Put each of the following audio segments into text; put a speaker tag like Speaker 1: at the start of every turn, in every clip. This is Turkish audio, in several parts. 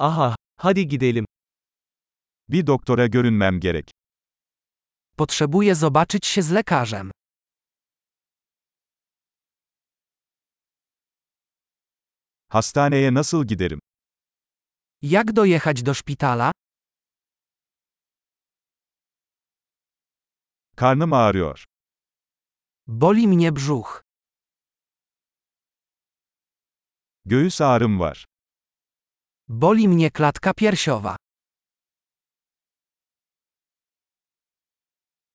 Speaker 1: Aha, hadi gidelim.
Speaker 2: Bir doktora görünmem gerek.
Speaker 3: Potrzebuję zobaczyć się z lekarzem.
Speaker 2: Hastaneye nasıl giderim?
Speaker 3: Jak dojechać do szpitala?
Speaker 2: Karnım ağrıyor.
Speaker 3: Boli mnie brzuch.
Speaker 2: Göğüs ağrım var.
Speaker 3: Boli mnie klatka piersiowa.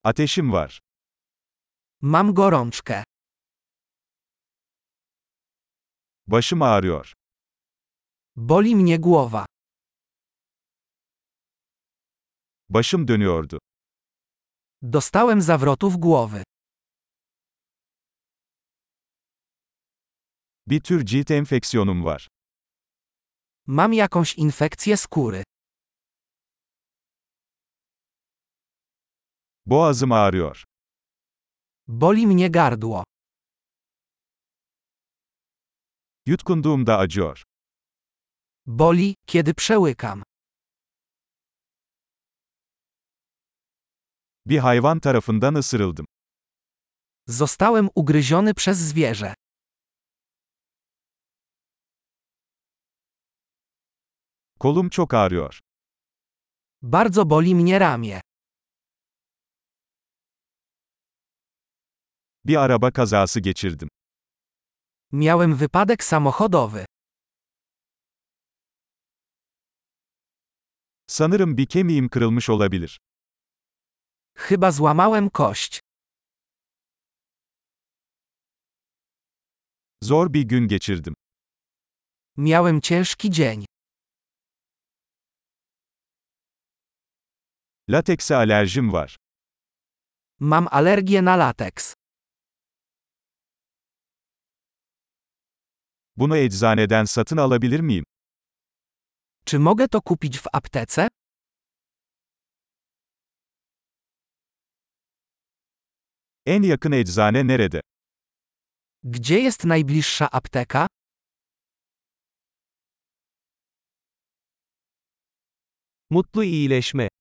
Speaker 2: Ateşim var.
Speaker 3: Mam gorączkę.
Speaker 2: Başım ağrıyor.
Speaker 3: Boli mnie głowa.
Speaker 2: Başım dönüyordu.
Speaker 3: Dostałem zawrotów głowy.
Speaker 2: Bir tür cilt enfeksiyonum var.
Speaker 3: Mam jakąś infekcję skóry.
Speaker 2: Boğazım ağrıyor.
Speaker 3: Boli mnie gardło.
Speaker 2: Yutkunduğumda acıyor.
Speaker 3: Boli, kiedy przełykam.
Speaker 2: Bir hayvan tarafından ısırıldım.
Speaker 3: Zostałem ugryziony przez zwierzę.
Speaker 2: Kolum çok ağrıyor.
Speaker 3: Bardzo boli mnie ramię.
Speaker 2: Bir araba kazası geçirdim.
Speaker 3: Miałem wypadek samochodowy.
Speaker 2: Sanırım bir kemiğim kırılmış olabilir.
Speaker 3: Chyba złamałem kość.
Speaker 2: Zor bir gün geçirdim.
Speaker 3: Miałem ciężki dzień.
Speaker 2: Latekse alerjim var.
Speaker 3: Mam alergię na lateks.
Speaker 2: Bunu eczaneden satın alabilir miyim?
Speaker 3: Czy mogę to kupić w aptece?
Speaker 2: En yakın eczane nerede?
Speaker 3: Gdzie jest najbliższa apteka?
Speaker 1: Mutlu iyileşme.